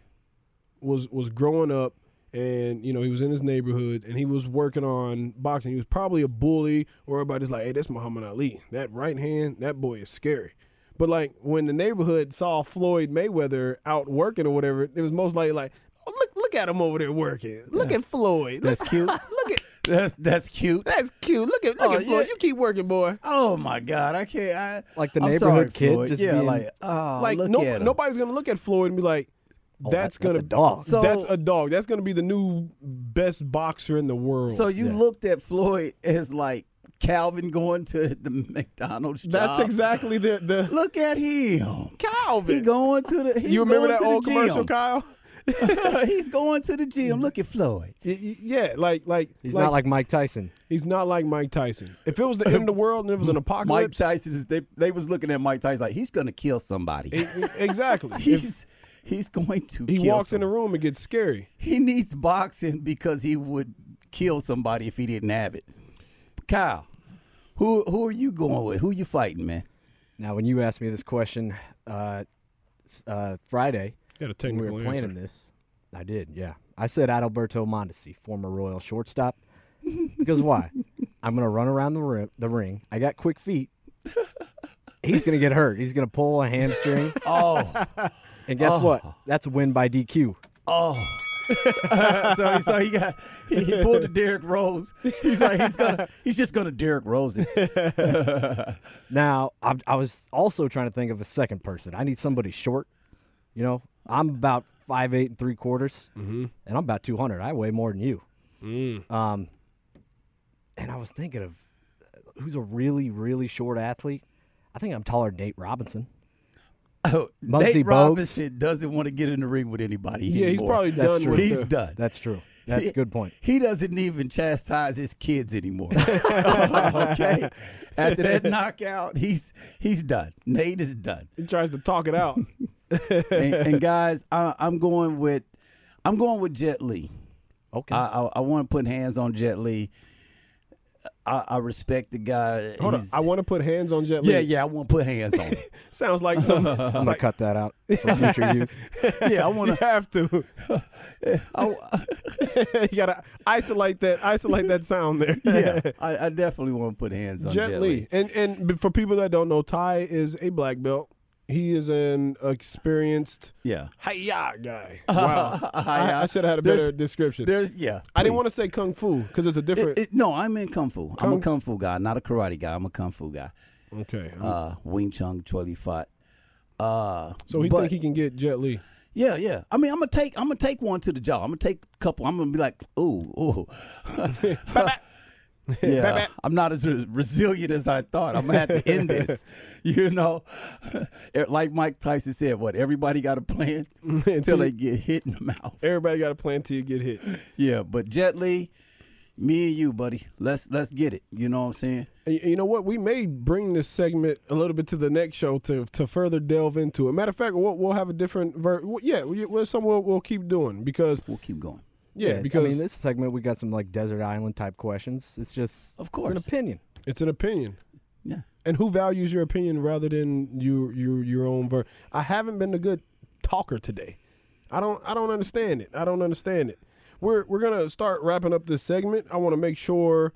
was was growing up, and you know he was in his neighborhood, and he was working on boxing. He was probably a bully, or everybody's like, "Hey, that's Muhammad Ali. That right hand, that boy is scary." But like when the neighborhood saw Floyd Mayweather out working or whatever, it was most likely like, oh, "Look, look at him over there working. Look at Floyd. Look, That's cute. look at." that's that's cute. That's cute. Look at look Oh, at Floyd. yeah. You keep working, boy. Oh my God, I can't. I, Like the I'm neighborhood sorry, kid Floyd. just yeah, being- like oh, Like look no, at him. nobody's gonna look at Floyd and be like, Oh, that- "That's gonna that's a dog. So- that's a dog. That's gonna be the new best boxer in the world." So you looked at Floyd as like Calvin going to the McDonald's that's job. exactly the the Look at him. He Calvin. going to the. He's you remember going that to the old commercial, gym. Kyle? he's going to the gym. Look at Floyd. Y- y- Yeah, like like He's not like Mike Tyson. he's not like Mike Tyson. If it was the end of the world and it was an Mike apocalypse, Tyson is. They, they was looking at Mike Tyson like he's going to kill somebody. e- e- exactly. If he's he's going to. he kill walks in somebody. the room, it gets scary. He needs boxing because he would kill somebody if he didn't have it. Kyle, who who are you going with? Who you fighting, man? Now, when you asked me this question uh, s- uh, Friday, Got a when we technical were answer. planning this, I did, yeah. I said Adalberto Mondesi, former Royal shortstop, because why? I'm gonna run around the rim, the ring. I got quick feet. He's gonna get hurt. He's gonna pull a hamstring, Oh, and guess what? That's a win by DQ. oh. so, so he got he, he pulled the Derrick Rose. He's like he's gonna he's just gonna Derrick Rose it. Now, I, I was also trying to think of a second person. I need somebody short. You know, I'm about five eight and three quarters, and I'm about two hundred. I weigh more than you. Um, and I was thinking of uh, who's a really really short athlete. I think I'm taller than Nate Robinson. Oh, Muggsy Nate Bogues. Robinson doesn't want to get in the ring with anybody. Yeah, he's anymore. probably That's done true. with he's the- done. That's true. That's a good point. He doesn't even chastise his kids anymore. okay. After that knockout, he's he's done. Nate is done. He tries to talk it out. And, and guys, I, I'm going with I'm going with Jet Lee. Okay. I I, I want to put hands on Jet Lee. I, I respect the guy. Hold on, He's- I want to put hands on Jet Li. yeah, yeah, I want to put hands on. him. Sounds like some. I'm I'm gonna cut that out for future use. yeah, I want You to. have to. I- you gotta isolate that. Isolate that sound there. Yeah, I, I definitely want to put hands on Jet, Jet Li. Li. And and b- for people that don't know, Ty is a black belt. He is an experienced Yeah, hiya guy. Wow, I, I should have had a There's- better description. there's yeah. I didn't want please. to say kung fu because it's a different. It- it- no, I'm in kung fu. I'm a Kung- kung fu guy, not a karate guy. I'm a kung fu guy. okay, Uh, Wing Chun, Choi Li Fat. Uh, so he but- think he can get Jet Li. yeah, yeah. I mean, I'm gonna take, I'm gonna take one to the jaw. I'm gonna take a couple. I'm gonna be like, ooh, ooh. yeah, I'm not as res- resilient as I thought. I'm gonna have to end this. You know, Er, like Mike Tyson said, what everybody got a plan until they get hit in the mouth. Everybody got a plan till you get hit. Yeah, but Jet Li, me and you, buddy, let's let's get it. You know what I'm saying? And y- you know what? We may bring this segment a little bit to the next show to to further delve into it. Matter of fact, we'll, we'll have a different ver- well, Yeah, we, we'll, some we'll, we'll keep doing because We'll keep going. yeah, I because mean, this segment we got some like desert island type questions. It's just Of it's course. an opinion. it's an opinion. Yeah. and who values your opinion rather than your your your own ver- I haven't been a good talker today. I don't I don't understand it. I don't understand it. We're we're gonna start wrapping up this segment. I want to make sure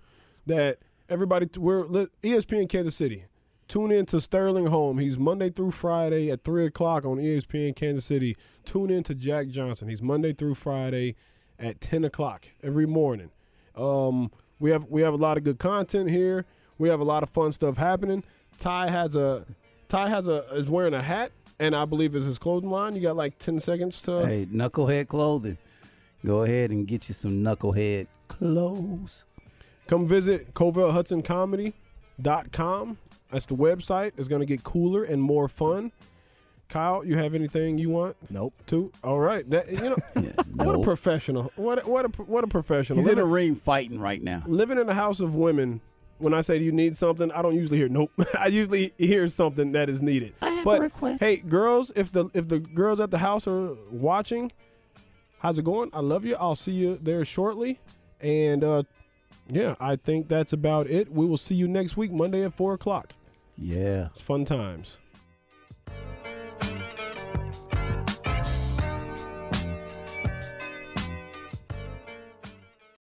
that everybody t- we're let, E ESPN Kansas City. Tune in to Sterling Home. He's Monday through Friday at three o'clock on E ESPN Kansas City. Tune in to Jack Johnson. He's Monday through Friday at ten o'clock every morning. Um, we have we have a lot of good content here. We have a lot of fun stuff happening. Ty has a Ty has a is wearing a hat, and I believe is his clothing line. You got like ten seconds to. Hey, knucklehead clothing. Go ahead and get you some knucklehead clothes. Come visit CovellHudsonComedy.com. That's the website. It's going to get cooler and more fun. Kyle, you have anything you want Nope. to? All right. That you know, Yeah, what a no. professional. What a, what a what a professional. He's in living, a ring fighting right now. living in a house of women. When I say you need something, I don't usually hear nope. I usually hear something that is needed. I have but a request. hey, girls, if the if the girls at the house are watching, how's it going? I love you. I'll see you there shortly. And uh, yeah, I think that's about it. We will see you next week, Monday at four o'clock. Yeah. It's fun times.